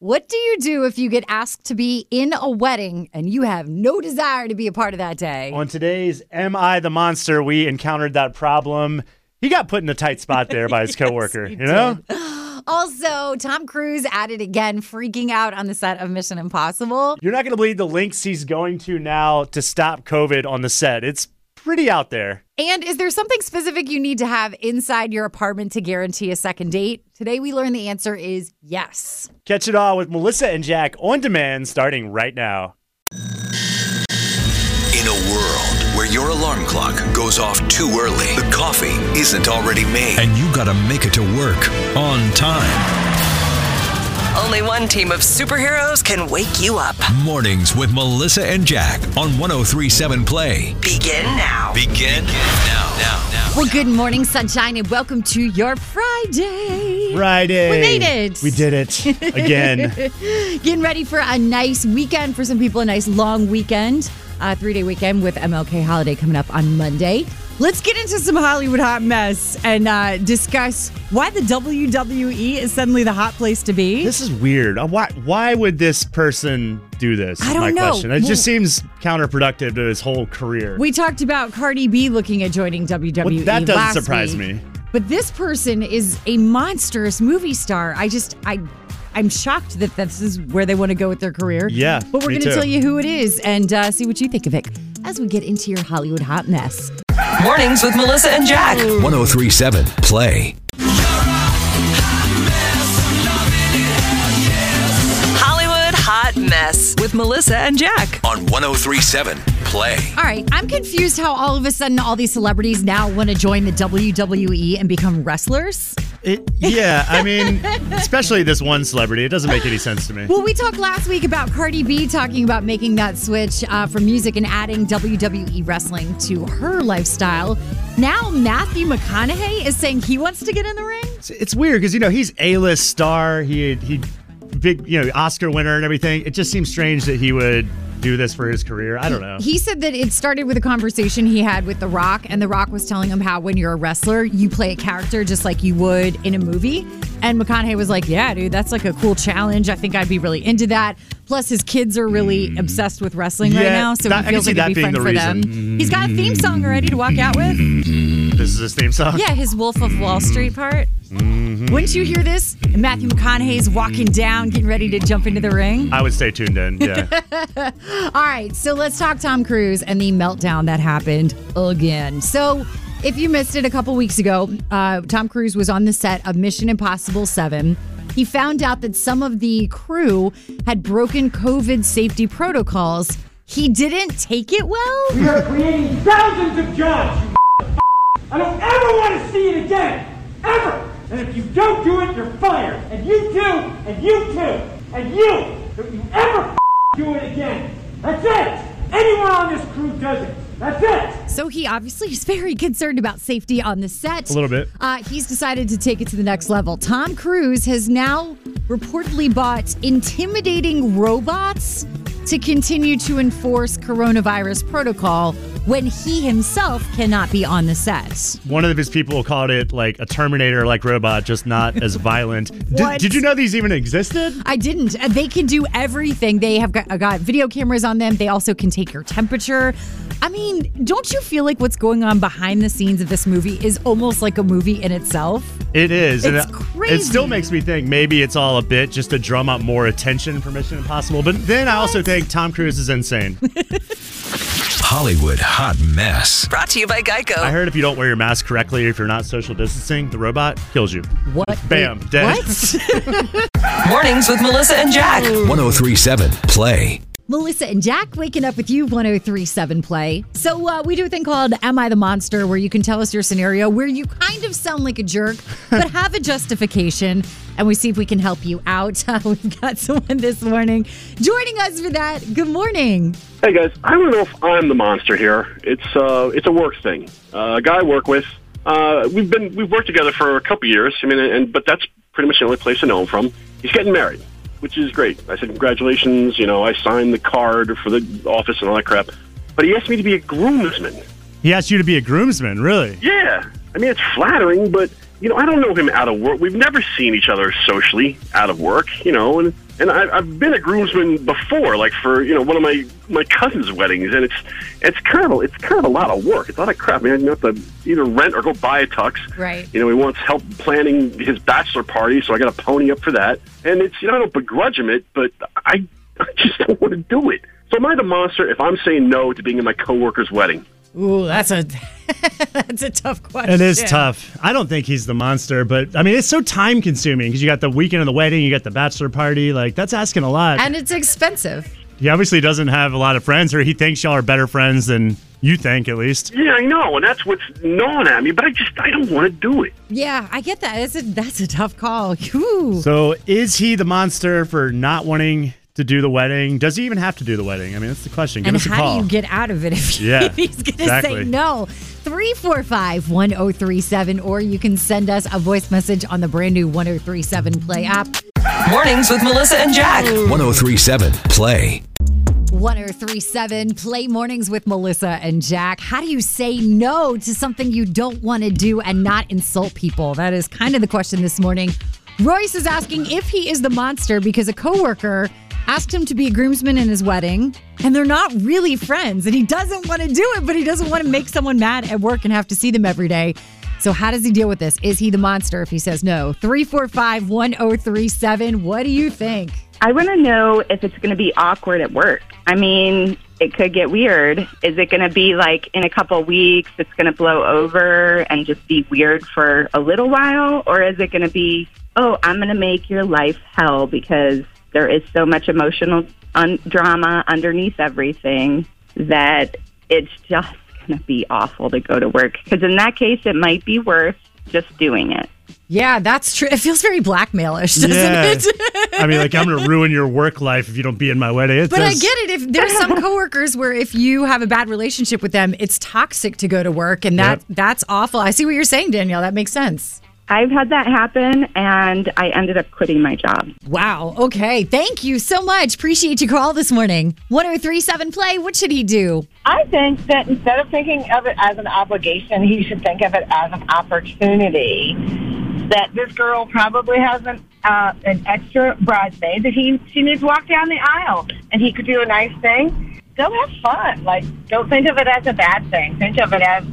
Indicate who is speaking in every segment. Speaker 1: What do you do if you get asked to be in a wedding and you have no desire to be a part of that day?
Speaker 2: On today's Am I the Monster, we encountered that problem. He got put in a tight spot there by his coworker, you know?
Speaker 1: Also, Tom Cruise at it again, freaking out on the set of Mission Impossible.
Speaker 2: You're not going to believe the links he's going to now to stop COVID on the set. It's pretty out there.
Speaker 1: And is there something specific you need to have inside your apartment to guarantee a second date? Today we learned the answer is yes.
Speaker 2: Catch it all with Melissa and Jack on demand starting right now.
Speaker 3: In a world where your alarm clock goes off too early, the coffee isn't already made, and you gotta make it to work on time.
Speaker 4: Only one team of superheroes can wake you up.
Speaker 3: Mornings with Melissa and Jack on 1037 Play.
Speaker 4: Begin now.
Speaker 3: Begin now. now, now.
Speaker 1: Well, good morning, sunshine, and welcome to your Friday.
Speaker 2: Friday.
Speaker 1: We made it.
Speaker 2: We did it again.
Speaker 1: Getting ready for a nice weekend for some people, a nice long weekend, uh, three day weekend with MLK holiday coming up on Monday. Let's get into some Hollywood hot mess and uh, discuss why the WWE is suddenly the hot place to be.
Speaker 2: this is weird. Uh, Why, why would this person do this? is
Speaker 1: I don't
Speaker 2: my
Speaker 1: know.
Speaker 2: question. It
Speaker 1: Well-
Speaker 2: just seems counterproductive to his whole career.
Speaker 1: we talked about Cardi B looking at joining WWE.
Speaker 2: Well, that doesn't
Speaker 1: last
Speaker 2: surprise
Speaker 1: week.
Speaker 2: me.
Speaker 1: But this person is a monstrous movie star. I just I I'm shocked that this is where they want to go with their career.
Speaker 2: Yeah,
Speaker 1: But we're
Speaker 2: me
Speaker 1: going to
Speaker 2: too.
Speaker 1: tell you who it is and uh, see what you think of it as we get into your Hollywood hot mess.
Speaker 4: Mornings with Melissa and Jack.
Speaker 3: 1037 Play.
Speaker 4: Hollywood Hot Mess with Melissa and Jack.
Speaker 3: On 1037 Play.
Speaker 1: All right, I'm confused how all of a sudden all these celebrities now want to join the WWE and become wrestlers.
Speaker 2: It, yeah, I mean, especially this one celebrity. It doesn't make any sense to me.
Speaker 1: Well, we talked last week about Cardi B talking about making that switch uh, from music and adding WWE wrestling to her lifestyle. Now, Matthew McConaughey is saying he wants to get in the ring.
Speaker 2: It's, it's weird because you know he's A-list star. He he, big you know Oscar winner and everything. It just seems strange that he would do this for his career. I don't know.
Speaker 1: He said that it started with a conversation he had with The Rock, and The Rock was telling him how when you're a wrestler, you play a character just like you would in a movie. And McConaughey was like, Yeah, dude, that's like a cool challenge. I think I'd be really into that. Plus, his kids are really obsessed with wrestling right
Speaker 2: Mm. Yeah,
Speaker 1: now, so
Speaker 2: that- I
Speaker 1: he
Speaker 2: can
Speaker 1: feels
Speaker 2: see
Speaker 1: like it'd be
Speaker 2: that
Speaker 1: fun for
Speaker 2: being the
Speaker 1: them.
Speaker 2: reason. Mm-hmm.
Speaker 1: He's got a theme song already to walk out with.
Speaker 2: this is his theme song.
Speaker 1: Yeah, his Wolf of Wall Street part.
Speaker 2: Mm-hmm.
Speaker 1: Wouldn't you hear this? Matthew McConaughey's walking down, getting ready to jump into the ring.
Speaker 2: I would stay tuned in. Yeah.
Speaker 1: All right, so let's talk Tom Cruise and the meltdown that happened again. So, if you missed it a couple weeks ago, uh, Tom Cruise was on the set of Mission Impossible 7. He found out that some of the crew had broken COVID safety protocols. He didn't take it well.
Speaker 5: We are creating thousands of jobs, you I don't ever want to see it again. Ever. And if you don't do it, you're fired. And you too, and you too, and you. Don't you ever do it again. That's it. Anyone on this crew does it. That's it.
Speaker 1: So he obviously is very concerned about safety on the set.
Speaker 2: A little bit.
Speaker 1: Uh, he's decided to take it to the next level. Tom Cruise has now reportedly bought intimidating robots to continue to enforce coronavirus protocol when he himself cannot be on the set.
Speaker 2: One of his people called it like a Terminator-like robot, just not as violent.
Speaker 1: What?
Speaker 2: Did, did you know these even existed?
Speaker 1: I didn't. Uh, They can do everything. They have got, uh, got video cameras on them. They also can take your temperature. I mean, don't you feel like what's going on behind the scenes of this movie is almost like a movie in itself?
Speaker 2: It is.
Speaker 1: It's
Speaker 2: it- It
Speaker 1: crazy.
Speaker 2: still makes me think maybe it's all a bit just to drum up more attention for Mission Impossible. But then I also think Tom Cruise is insane.
Speaker 3: Hollywood Hot Mess.
Speaker 4: Brought to you by
Speaker 2: I
Speaker 4: Geico.
Speaker 2: heard if you don't wear your mask correctly, if you're not social distancing, the robot kills you.
Speaker 1: What?
Speaker 2: Bam, dead.
Speaker 1: What?
Speaker 4: Mornings with Melissa and Jack.
Speaker 3: 1037 Play.
Speaker 1: Melissa and Jack waking up with you 1037 play. So, uh, we do a thing called Am I the Monster where you can tell us your scenario where you kind of sound like a jerk, but have a justification. And we see if we can help you out. Uh, we've got someone this morning joining us for that. Good morning.
Speaker 6: Hey guys, I don't know if I'm the monster here. It's uh, it's a work thing. Uh, a guy I work with. Uh, we've been we've worked together for a couple years. I mean, and but that's pretty much the only place I know him from. He's getting married, which is great. I said congratulations. You know, I signed the card for the office and all that crap. But he asked me to be a groomsman.
Speaker 2: He asked you to be a groomsman, really?
Speaker 6: Yeah, I mean it's flattering, but you know I don't know him out of work. We've never seen each other socially out of work. You know, and And I, I've been a groomsman before, like for you know one of my my cousin's weddings, and it's it's kind of it's kind of a lot of work. It's a lot of crap, man. You have to either rent or go buy a tux.
Speaker 1: Right.
Speaker 6: You know, he wants help planning his bachelor party, so I got to pony up for that. And it's you know I don't begrudge him it, but I I just don't want to do it. So am I the monster if I'm saying no to being in my coworker's wedding?
Speaker 1: Ooh, that's a that's a tough question.
Speaker 2: It is tough. I don't think he's the monster, but I mean, it's so time consuming because you got the weekend of the wedding, you got the bachelor party. Like, that's asking a lot.
Speaker 1: And it's expensive.
Speaker 2: he obviously doesn't have a lot of friends, or he thinks y'all are better friends than you think, at least.
Speaker 6: Yeah, I know, and that's what's gnawing at me. But I just I don't want to do it.
Speaker 1: Yeah, I get that. That's a, that's a tough call. Ooh.
Speaker 2: So, is he the monster for not wanting to do the wedding? Does he even have to do the wedding? I mean, that's the question. Give
Speaker 1: and
Speaker 2: us a
Speaker 1: how
Speaker 2: call.
Speaker 1: do you get out of it if,
Speaker 2: Yeah,
Speaker 1: if he's going to
Speaker 2: exactly.
Speaker 1: say no? 345 1037, or you can send us a voice message on the brand new 1037 Play app.
Speaker 4: Mornings with Melissa and Jack.
Speaker 3: 1037 Play.
Speaker 1: 1037 Play Mornings with Melissa and Jack. How do you say no to something you don't want to do and not insult people? That is kind of the question this morning. Royce is asking if he is the monster because a coworker asked him to be a groomsman in his wedding and they're not really friends and he doesn't want to do it, but he doesn't want to make someone mad at work and have to see them every day. So, how does he deal with this? Is he the monster if he says no? 345 1037. What do you think?
Speaker 7: I want to know if it's going to be awkward at work. I mean, it could get weird. Is it going to be like in a couple weeks, it's going to blow over and just be weird for a little while? Or is it going to be, oh, I'm going to make your life hell because there is so much emotional un- drama underneath everything that it's just going to be awful to go to work? Because in that case, it might be worth just doing it.
Speaker 1: Yeah, that's true. It feels very blackmailish, doesn't
Speaker 2: Yeah.
Speaker 1: it?
Speaker 2: I mean, like, I'm going to ruin your work life if you don't be in my wedding. It
Speaker 1: But I
Speaker 2: does-
Speaker 1: get it. If there's some coworkers where if you have a bad relationship with them, it's toxic to go to work, and that
Speaker 2: Yep.
Speaker 1: that's awful. I see what you're saying, Danielle. That makes sense.
Speaker 7: I've had that happen and I ended up quitting my job.
Speaker 1: Wow. Okay. Thank you so much. Appreciate your call this morning. 1037 play. What should he do?
Speaker 8: I think that instead of thinking of it as an obligation, he should think of it as an opportunity. That this girl probably has an uh, an extra bridesmaid that he she needs to walk down the aisle, and he could do a nice thing. Go have fun. Like, don't think of it as a bad thing. Think of it as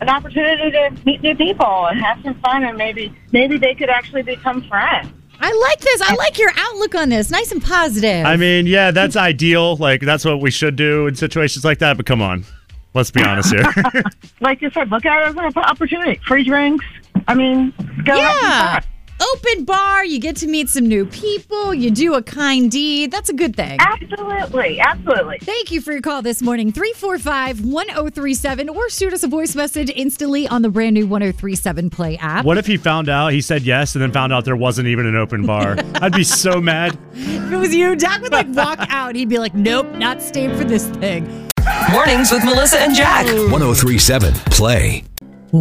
Speaker 8: an opportunity to meet new people and have some fun, and maybe maybe they could actually become friends.
Speaker 1: I like this. I like your outlook on this. Nice and positive.
Speaker 2: I mean, yeah, that's ideal. Like, that's what we should do in situations like that. But come on, let's be honest here.
Speaker 8: Like you said, look at it as an opportunity. Free drinks. I mean, go have some
Speaker 1: yeah.
Speaker 8: fun.
Speaker 1: Open bar. You get to meet some new people. You do a kind deed. That's a good thing.
Speaker 8: Absolutely, absolutely.
Speaker 1: Thank you for your call this morning, 345 1037, or shoot us a voice message instantly on the brand new 1037 Play app.
Speaker 2: what if he found out he said yes and then found out there wasn't even an open bar? I'd be so mad.
Speaker 1: If it was you, Doc would like walk out. He'd be like, nope, not staying for this thing.
Speaker 4: Mornings with Melissa and Jack.
Speaker 3: 1037 Play.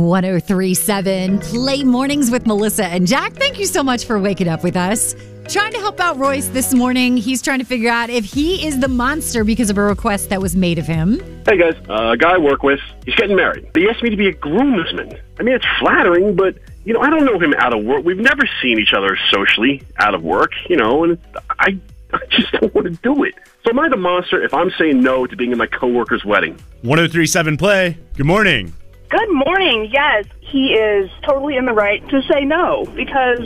Speaker 1: 1037 Play Mornings with Melissa and Jack. Thank you so much for waking up with us. Trying to help out Royce this morning. He's trying to figure out if he is the monster because of a request that was made of him.
Speaker 6: Hey guys, uh, a guy I work with, he's getting married. He asked me to be a groomsman. I mean, it's flattering, but you know, I don't know him out of work. We've never seen each other socially out of work, you know, and I, I just don't want to do it. So am I the monster if I'm saying no to being in my coworker's wedding?
Speaker 2: 1037 play. Good morning.
Speaker 9: Good morning. Yes, he is totally in the right to say no because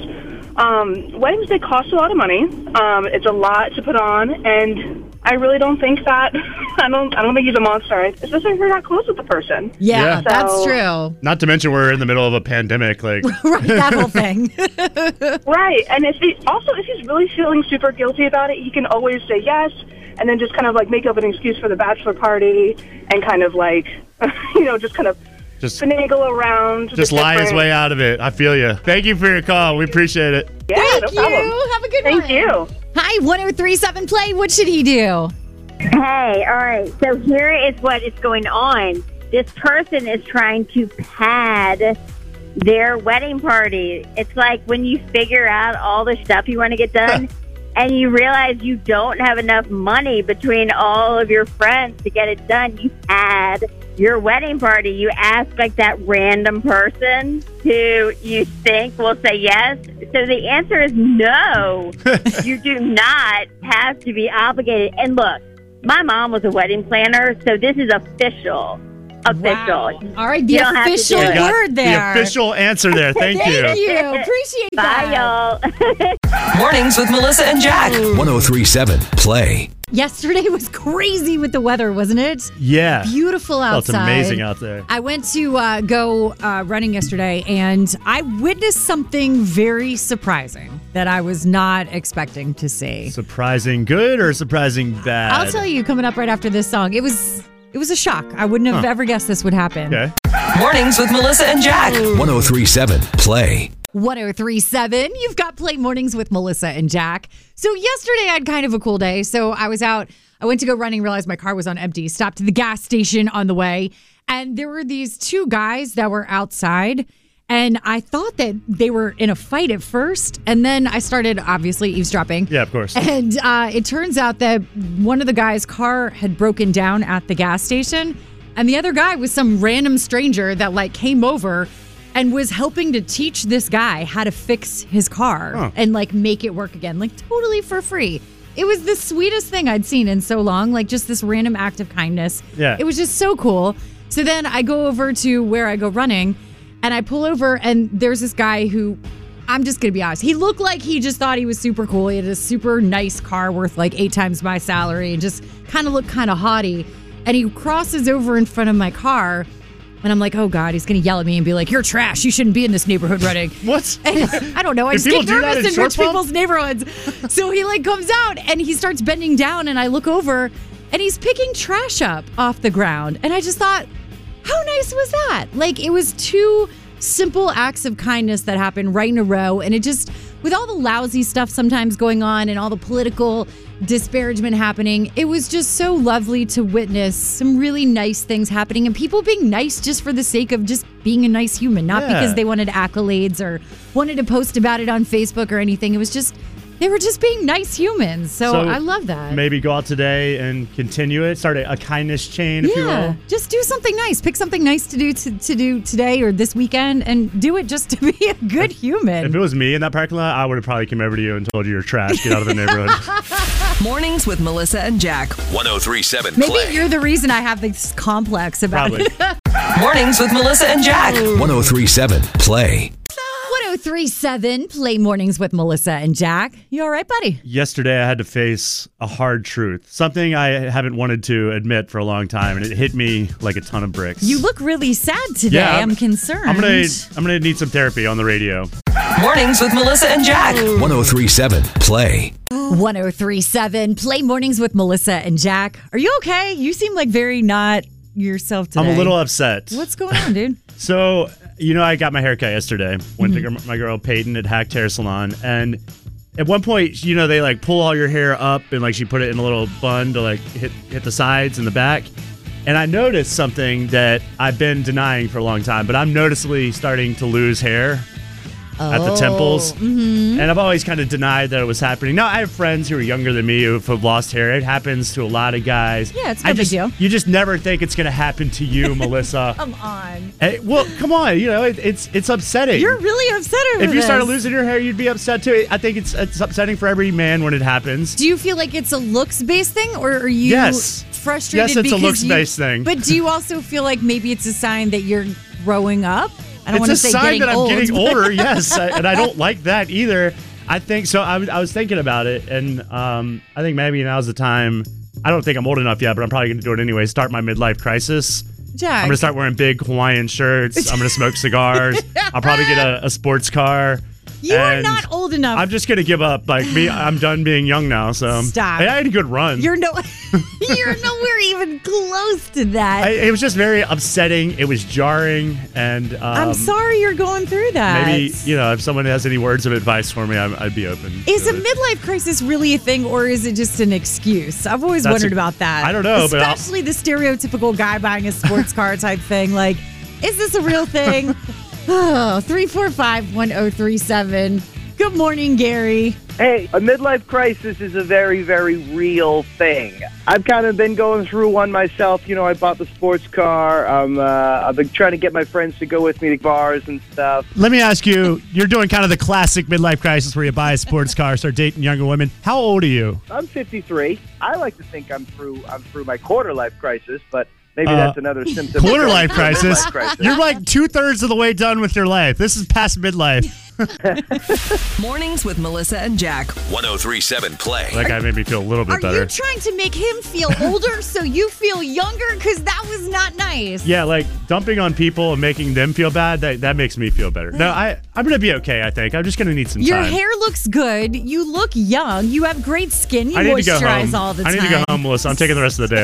Speaker 9: um, weddings they cost a lot of money. Um, it's a lot to put on, and I really don't think that I don't I don't think he's a monster, especially if you're not close with the person.
Speaker 1: Yeah,
Speaker 2: Yeah.
Speaker 1: that's
Speaker 9: So-
Speaker 1: true.
Speaker 2: Not to mention we're in the middle of a pandemic. Like,
Speaker 1: Right, that whole thing.
Speaker 9: Right, and if he also if he's really feeling super guilty about it, he can always say yes, and then just kind of like make up an excuse for the bachelor party and kind of like you know just kind of
Speaker 2: just
Speaker 9: finagle around.
Speaker 2: just
Speaker 9: the
Speaker 2: lie his
Speaker 9: different-
Speaker 2: way out of it. I feel you. Thank you for your call. We appreciate it.
Speaker 9: Yeah, no
Speaker 1: Thank you.
Speaker 9: problem.
Speaker 1: Have a good one.
Speaker 9: Thank you.
Speaker 1: Hi, 1037 Play. What should he do?
Speaker 10: Hey, all right. So here is what is going on. This person is trying to pad their wedding party. It's like when you figure out all the stuff you want to get done, and you realize you don't have enough money between all of your friends to get it done, you had your wedding party. You ask like that random person who you think will say yes. So the answer is no. you do not have to be obligated. And look, my mom was a wedding planner, so this is official. Official.
Speaker 1: All right, the official
Speaker 2: You got
Speaker 1: word there.
Speaker 2: The official answer there. Thank,
Speaker 1: Thank
Speaker 2: you.
Speaker 1: you. Appreciate
Speaker 10: Bye,
Speaker 1: that.
Speaker 10: y'all.
Speaker 4: Mornings with Melissa and Jack.
Speaker 3: 1037 Play.
Speaker 1: Yesterday was crazy with the weather, wasn't it?
Speaker 2: Yeah.
Speaker 1: Beautiful
Speaker 2: Felt
Speaker 1: outside.
Speaker 2: amazing out there.
Speaker 1: I went to uh, go uh, running yesterday and I witnessed something very surprising that I was not expecting to see.
Speaker 2: Surprising good or surprising bad?
Speaker 1: I'll tell you coming up right after this song. It was it was a shock. I wouldn't have ever guessed this would happen.
Speaker 2: Okay.
Speaker 4: Mornings with Melissa and Jack.
Speaker 3: 1037 Play.
Speaker 1: 1037. You've got Play Mornings with Melissa and Jack. So, yesterday I had kind of a cool day. So, I was out, I went to go running, realized my car was on empty, stopped at the gas station on the way. And there were these two guys that were outside. And I thought that they were in a fight at first. And then I started obviously eavesdropping.
Speaker 2: Yeah, of course.
Speaker 1: And uh, it turns out that one of the guy's car had broken down at the gas station, and the other guy was some random stranger that like came over and was helping to teach this guy how to fix his car
Speaker 2: Huh.
Speaker 1: and like make it work again, like totally for free. It was the sweetest thing I'd seen in so long, like just this random act of kindness.
Speaker 2: Yeah.
Speaker 1: It was just so cool. So then I go over to where I go running and I pull over and there's this guy who I'm just gonna be honest. He looked like he just thought he was super cool. He had a super nice car worth like eight times my salary and just kind of looked kind of haughty. And he crosses over in front of my car and I'm like, oh God, he's gonna yell at me and be like, You're trash, you shouldn't be in this neighborhood running.
Speaker 2: What?
Speaker 1: And I don't know. I
Speaker 2: Do
Speaker 1: just
Speaker 2: people
Speaker 1: get
Speaker 2: do that
Speaker 1: nervous
Speaker 2: in
Speaker 1: in,
Speaker 2: short
Speaker 1: rich
Speaker 2: form?
Speaker 1: people's neighborhoods. so he like comes out and he starts bending down, and I look over, and he's picking trash up off the ground, and I just thought, how nice was that? Like it was two simple acts of kindness that happened right in a row, and it just with all the lousy stuff sometimes going on and all the political disparagement happening, it was just so lovely to witness some really nice things happening and people being nice just for the sake of just being a nice human, not
Speaker 2: Yeah.
Speaker 1: because they wanted accolades or wanted to post about it on Facebook or anything. It was just they were just being nice humans. So, Oh, I love that.
Speaker 2: Maybe go out today and continue it. Start a, a kindness chain, if you
Speaker 1: yeah,
Speaker 2: will.
Speaker 1: just do something nice. Pick something nice to do to, to do today or this weekend, and do it just to be a good human.
Speaker 2: If it was me in that parking lot, I would have probably come over to you and told you you're trash. Get out of the neighborhood.
Speaker 4: Mornings with Melissa and Jack.
Speaker 3: 1037
Speaker 1: Maybe
Speaker 3: Play.
Speaker 1: you're the reason I have this complex about
Speaker 2: Probably.
Speaker 1: it.
Speaker 4: Mornings with Melissa and Jack.
Speaker 3: 1037 Play.
Speaker 1: 1037 Play Mornings with Melissa and Jack. You all right, buddy?
Speaker 2: Yesterday, I had to face a hard truth, something I haven't wanted to admit for a long time, and it hit me like a ton of bricks.
Speaker 1: You look really sad today.
Speaker 2: Yeah,
Speaker 1: I'm,
Speaker 2: I'm-
Speaker 1: concerned.
Speaker 2: I'm gonna, I'm gonna need some therapy on the radio.
Speaker 4: Mornings with Melissa and Jack.
Speaker 3: 1037 Play.
Speaker 1: 1037 Play Mornings with Melissa and Jack. Are you okay? You seem like very not yourself today.
Speaker 2: I'm a little upset.
Speaker 1: What's going on, dude?
Speaker 2: So, you know, I got my haircut yesterday. Went to
Speaker 1: Mm-hmm.
Speaker 2: gr- my girl Peyton at Hacked Hair Salon, and at one point, you know, they like pull all your hair up and like she put it in a little bun to like hit hit the sides and the back. And I noticed something that I've been denying for a long time, but I'm noticeably starting to lose hair at
Speaker 1: Oh,
Speaker 2: the temples.
Speaker 1: mm-hmm.
Speaker 2: And I've always kind of denied that it was happening. Now, I have friends who are younger than me who have lost hair. It happens to a lot of guys.
Speaker 1: Yeah, it's no
Speaker 2: I
Speaker 1: big
Speaker 2: just,
Speaker 1: deal. Oh,
Speaker 2: You just never think it's going to happen to you, Melissa.
Speaker 1: Come on.
Speaker 2: Hey, well, come on, you know it, it's it's upsetting.
Speaker 1: You're really upset over
Speaker 2: if you
Speaker 1: this.
Speaker 2: started losing your hair, you'd be upset too. I think it's it's upsetting for every man when it happens.
Speaker 1: Do you feel like it's a looks based thing, or are you
Speaker 2: Yes.
Speaker 1: frustrated?
Speaker 2: Yes, it's a
Speaker 1: because
Speaker 2: looks-based
Speaker 1: you-
Speaker 2: thing.
Speaker 1: But do you also feel like maybe it's a sign that you're growing up? I don't
Speaker 2: It's
Speaker 1: want to
Speaker 2: a
Speaker 1: say
Speaker 2: sign
Speaker 1: getting
Speaker 2: that I'm
Speaker 1: old.
Speaker 2: getting
Speaker 1: but-
Speaker 2: older. yes, I- and I don't like that either. I think so. I was I was thinking about it, and um, I think maybe now's the time. I don't think I'm old enough yet, but I'm probably going to do it anyway. Start my midlife crisis.
Speaker 1: Jack,
Speaker 2: I'm gonna start wearing big Hawaiian shirts. I'm gonna smoke cigars. I'll probably get a, a sports car.
Speaker 1: you are
Speaker 2: and
Speaker 1: not old enough.
Speaker 2: I'm just gonna give up. Like me, I'm done being young now. So
Speaker 1: Stop.
Speaker 2: I had a good run.
Speaker 1: you're no, you're nowhere even close to that.
Speaker 2: I, it was just very upsetting. It was jarring, and um,
Speaker 1: am sorry you're going through that.
Speaker 2: Maybe you know if someone has any words of advice for me, I'm, I'd be open.
Speaker 1: Is
Speaker 2: to
Speaker 1: a
Speaker 2: it.
Speaker 1: midlife crisis really a thing, or is it just an excuse? I've always
Speaker 2: That's
Speaker 1: wondered
Speaker 2: a-
Speaker 1: about that.
Speaker 2: I don't know, but I'll-
Speaker 1: especially the stereotypical guy buying a sports car type thing. Like, is this a real thing? Oh, three four five one zero three seven. Good morning, Gary.
Speaker 11: Hey, a midlife crisis is a very, very real thing. I've kind of been going through one myself. You know, I bought the sports car. Um, uh, I've been trying to get my friends to go with me to bars and stuff.
Speaker 12: Let me ask you, you're doing kind of the classic midlife crisis where you buy a sports car, start dating younger women. How old are you?
Speaker 11: I'm 53. I like to think I'm through. I'm through my quarter life crisis, but maybe
Speaker 12: Uh,
Speaker 11: that's another
Speaker 3: Mm.
Speaker 11: symptom. of
Speaker 12: Quarter
Speaker 11: going
Speaker 12: life
Speaker 11: through a midlife
Speaker 12: crisis.
Speaker 11: crisis.
Speaker 12: You're like two thirds of the way done with your life. This is past midlife.
Speaker 4: Mornings with Melissa and Jack.
Speaker 3: 1037 play.
Speaker 2: That guy made me feel a little bit
Speaker 1: Are you
Speaker 2: better.
Speaker 1: trying to make him feel older so you feel younger? Because that was not nice.
Speaker 2: Yeah, like dumping on people and making them feel bad, that, that makes me feel better. No, I, I'm going to be okay, I think. I'm just going to need some
Speaker 1: Your
Speaker 2: time.
Speaker 1: hair looks good. You look young. You have great skin. You
Speaker 2: I need to go
Speaker 1: moisturize
Speaker 2: home.
Speaker 1: all the
Speaker 2: I
Speaker 1: time.
Speaker 2: need to go home, Melissa. I'm taking the rest of the day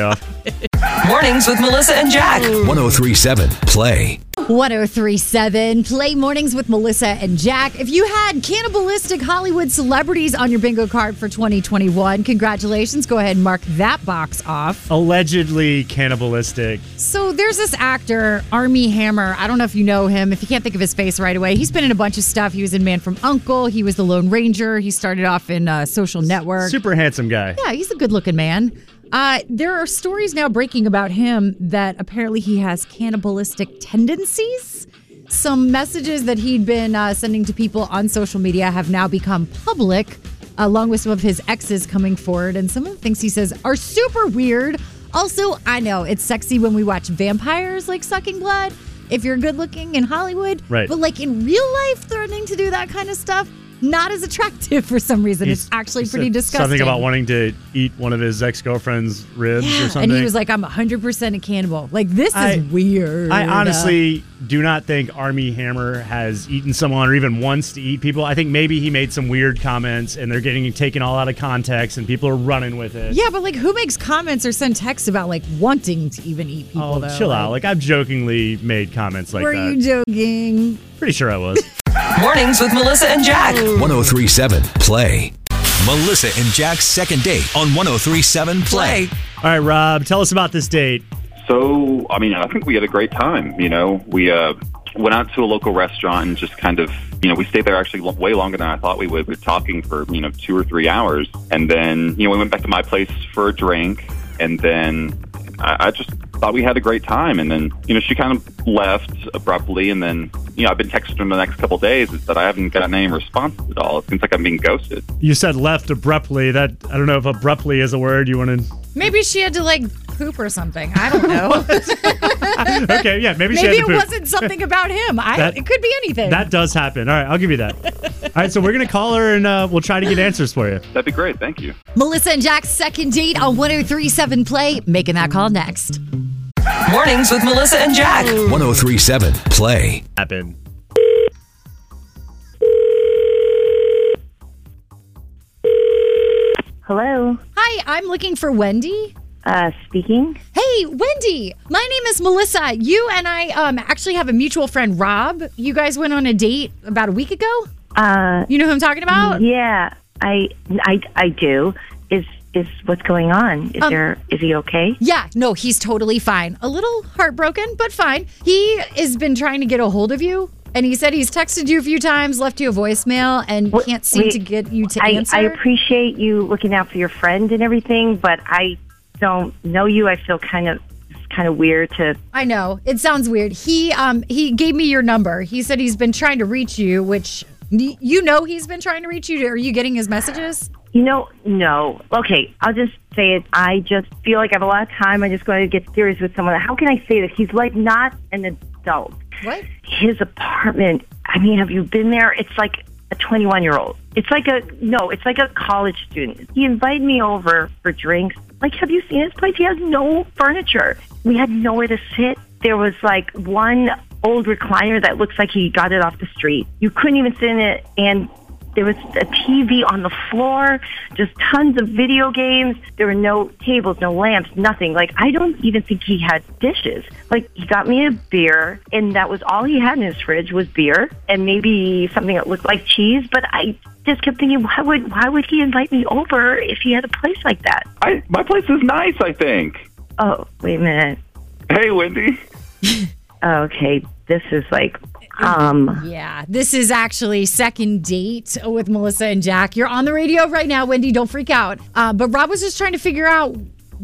Speaker 2: off.
Speaker 4: Mornings with Melissa and Jack.
Speaker 3: 1037 play.
Speaker 1: 1037 Play Mornings with Melissa and Jack. If you had cannibalistic Hollywood celebrities on your bingo card for 2021, congratulations. Go ahead and mark that box off.
Speaker 2: Allegedly cannibalistic.
Speaker 1: So there's this actor, Army Hammer. I don't know if you know him. If you can't think of his face right away, he's been in a bunch of stuff. He was in Man from Uncle, he was the Lone Ranger, he started off in uh, Social Network.
Speaker 2: Super handsome guy.
Speaker 1: Yeah, he's a good looking man. Uh, there are stories now breaking about him that apparently he has cannibalistic tendencies. Some messages that he'd been uh, sending to people on social media have now become public, along with some of his exes coming forward. And some of the things he says are super weird. Also, I know it's sexy when we watch vampires like sucking blood if you're good looking in Hollywood.
Speaker 2: Right.
Speaker 1: But like in real life, threatening to do that kind of stuff, not as attractive for some reason.
Speaker 2: He's-
Speaker 1: it's actually
Speaker 2: he said
Speaker 1: pretty disgusting.
Speaker 2: Something about wanting to eat one of his ex girlfriend's ribs or something.
Speaker 1: And he was like, I'm 100% a cannibal. Like, this
Speaker 2: I-
Speaker 1: is weird.
Speaker 2: I
Speaker 1: uh,
Speaker 2: honestly do not think Army Hammer has eaten someone or even wants to eat people. I think maybe he made some weird comments and they're getting taken all out of context and people are running with it.
Speaker 1: Yeah, but like, who makes comments or send texts about like wanting to even eat people?
Speaker 2: Oh,
Speaker 1: though?
Speaker 2: chill out. Like I've jokingly made comments like
Speaker 1: Were
Speaker 2: that.
Speaker 1: you joking?
Speaker 2: Pretty sure I was.
Speaker 4: Mornings with Melissa and Jack.
Speaker 3: 1037 play. Melissa and Jack's second date on 1037 play.
Speaker 2: all right, Rob, tell us about this date.
Speaker 13: So, I mean, I think we had a great time. You know, we uh, went out to a local restaurant and just kind of, you know, we stayed there actually lo- way longer than I thought we would. We were talking for, you know, two or three hours. And then, you know, we went back to my place for a drink. And then I, I just thought we had a great time. And then, you know, she kind of left abruptly. And then, you know, I've been texting her the next couple of days that I haven't gotten any response at all. It seems like I'm being ghosted.
Speaker 2: You said left abruptly. That I don't know if abruptly is a word you want to.
Speaker 1: Maybe she had to like poop or something. I don't know.
Speaker 2: Okay, yeah, maybe, she had
Speaker 1: Maybe
Speaker 2: to
Speaker 1: it
Speaker 2: poop.
Speaker 1: wasn't something about him. I,
Speaker 2: That-
Speaker 1: it could be anything.
Speaker 2: That does happen. All right, I'll give you that. All right, so we're gonna call her and uh, we'll try to get answers for you.
Speaker 13: That'd be great. Thank you.
Speaker 1: Melissa and Jack's second date on 1037 Play, making that call next.
Speaker 4: Mornings with Melissa and Jack.
Speaker 3: 1037 play.
Speaker 2: Happen.
Speaker 14: Hello.
Speaker 1: Hi, I'm looking for Wendy.
Speaker 14: Uh, speaking.
Speaker 1: Hey, Wendy. My name is Melissa. You and I um, actually have a mutual friend, Rob. You guys went on a date about a week ago.
Speaker 14: Uh,
Speaker 1: you know who I'm talking about?
Speaker 14: Yeah, I, I, I do. Is is what's going on? Is
Speaker 1: Um,
Speaker 14: there? Is he okay?
Speaker 1: Yeah, no, he's totally fine. A little heartbroken, but fine. He has been trying to get a hold of you, and he said he's texted you a few times, left you a voicemail, and can't seem
Speaker 14: wait,
Speaker 1: to get you to
Speaker 14: I,
Speaker 1: answer.
Speaker 14: I appreciate you looking out for your friend and everything, but I don't know you. I feel kind of it's kind of weird to.
Speaker 1: I know it sounds weird. He um he gave me your number. He said he's been trying to reach you, which y- you know he's been trying to reach you. Are you getting his messages?
Speaker 14: You know, no. Okay, I'll just say it. I just feel like I have a lot of time. I'm just going to get serious with someone. How can I say that he's like not an adult?
Speaker 1: What?
Speaker 14: His apartment. I mean, have you been there? It's like a 21 year old. It's like a no. It's like a college student. He invited me over for drinks. Like, have you seen his place? He has no furniture. We had nowhere to sit. There was like one old recliner that looks like he got it off the street. You couldn't even sit in it, and there was a TV on the floor, just tons of video games. There were no tables, no lamps, nothing. Like, I don't even think he had dishes. Like, he got me a beer, and that was all he had in his fridge was beer and maybe something that looked like cheese. But I just kept thinking, why would, why would he invite me over if he had a place like that?
Speaker 13: I, my place is nice, I think.
Speaker 14: Oh, wait a minute.
Speaker 13: Hey, Wendy.
Speaker 14: Okay, this is like Um,
Speaker 1: Yeah, this is actually second date with Melissa and Jack. You're on the radio right now, Wendy. Don't freak out. Uh, but Rob was just trying to figure out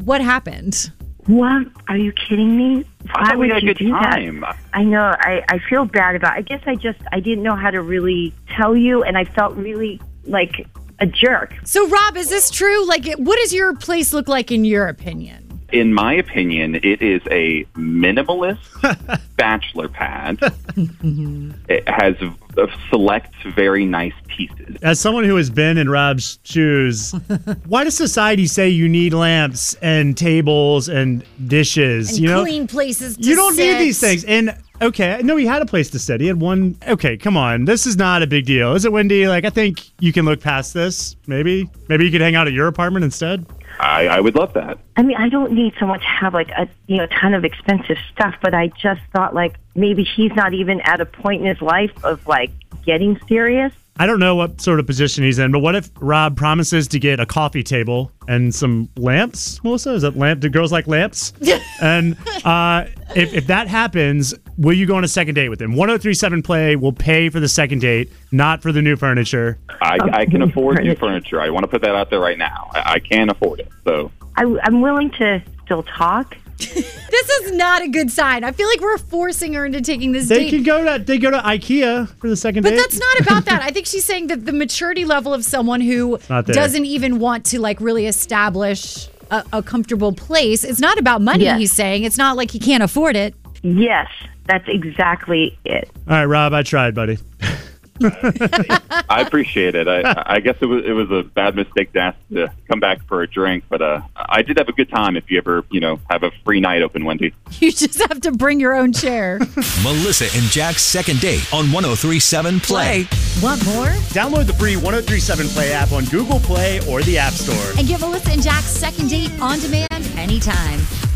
Speaker 1: what happened.
Speaker 14: What? Are you kidding me?
Speaker 6: I
Speaker 14: Why
Speaker 6: thought we
Speaker 14: would
Speaker 6: had a
Speaker 14: you
Speaker 6: good
Speaker 14: do that?
Speaker 6: time.
Speaker 14: I know. I, I feel bad about. I guess I just I didn't know how to really tell you, and I felt really like a jerk.
Speaker 1: So, Rob, is this true? Like, it- what does your place look like in your opinion?
Speaker 6: In my opinion, it is a minimalist bachelor pad. it has uh, select, very nice pieces.
Speaker 2: As someone who has been in Rob's shoes, why does society say you need lamps and tables and dishes?
Speaker 1: And
Speaker 2: you know,
Speaker 1: clean places. To
Speaker 2: you don't
Speaker 1: sit.
Speaker 2: need these things. And okay, no, he had a place to sit. He had one. Okay, come on, this is not a big deal, is it, Wendy? Like, I think you can look past this. Maybe, maybe you could hang out at your apartment instead.
Speaker 6: I, I would love that.
Speaker 14: I mean, I don't need someone to have like a you know ton of expensive stuff, but I just thought like maybe he's not even at a point in his life of like getting serious.
Speaker 2: I don't know what sort of position he's in, but what if Rob promises to get a coffee table and some lamps? Melissa, is that lamp? Do girls like lamps? and uh, if, if that happens, will you go on a second date with him? 1037 Play will pay for the second date, not for the new furniture.
Speaker 6: I, I can afford new furniture. I want to put that out there right now. I, I can afford it. So
Speaker 14: I, I'm willing to still talk.
Speaker 1: This is not a good sign. I feel like we're forcing her into taking this
Speaker 2: They
Speaker 1: date.
Speaker 2: can go to they go to IKEA for the second
Speaker 1: But
Speaker 2: date.
Speaker 1: that's not about that. I think she's saying that the maturity level of someone who
Speaker 2: Not there.
Speaker 1: doesn't even want to like really establish a, a comfortable place. It's not about money.
Speaker 14: Yes.
Speaker 1: He's saying it's not like he can't afford it.
Speaker 14: Yes, that's exactly it.
Speaker 2: All right, Rob, I tried, buddy.
Speaker 6: I appreciate it. I, I guess it was it was a bad mistake to ask to come back for a drink, but uh, I did have a good time. If you ever you know have a free night open, Wendy.
Speaker 1: You just have to bring your own chair.
Speaker 3: Melissa and Jack's second date on 1037 Play.
Speaker 1: Want more?
Speaker 2: Download the free 1037 Play app on Google Play or the App Store.
Speaker 1: And get Melissa and Jack's second date on demand anytime.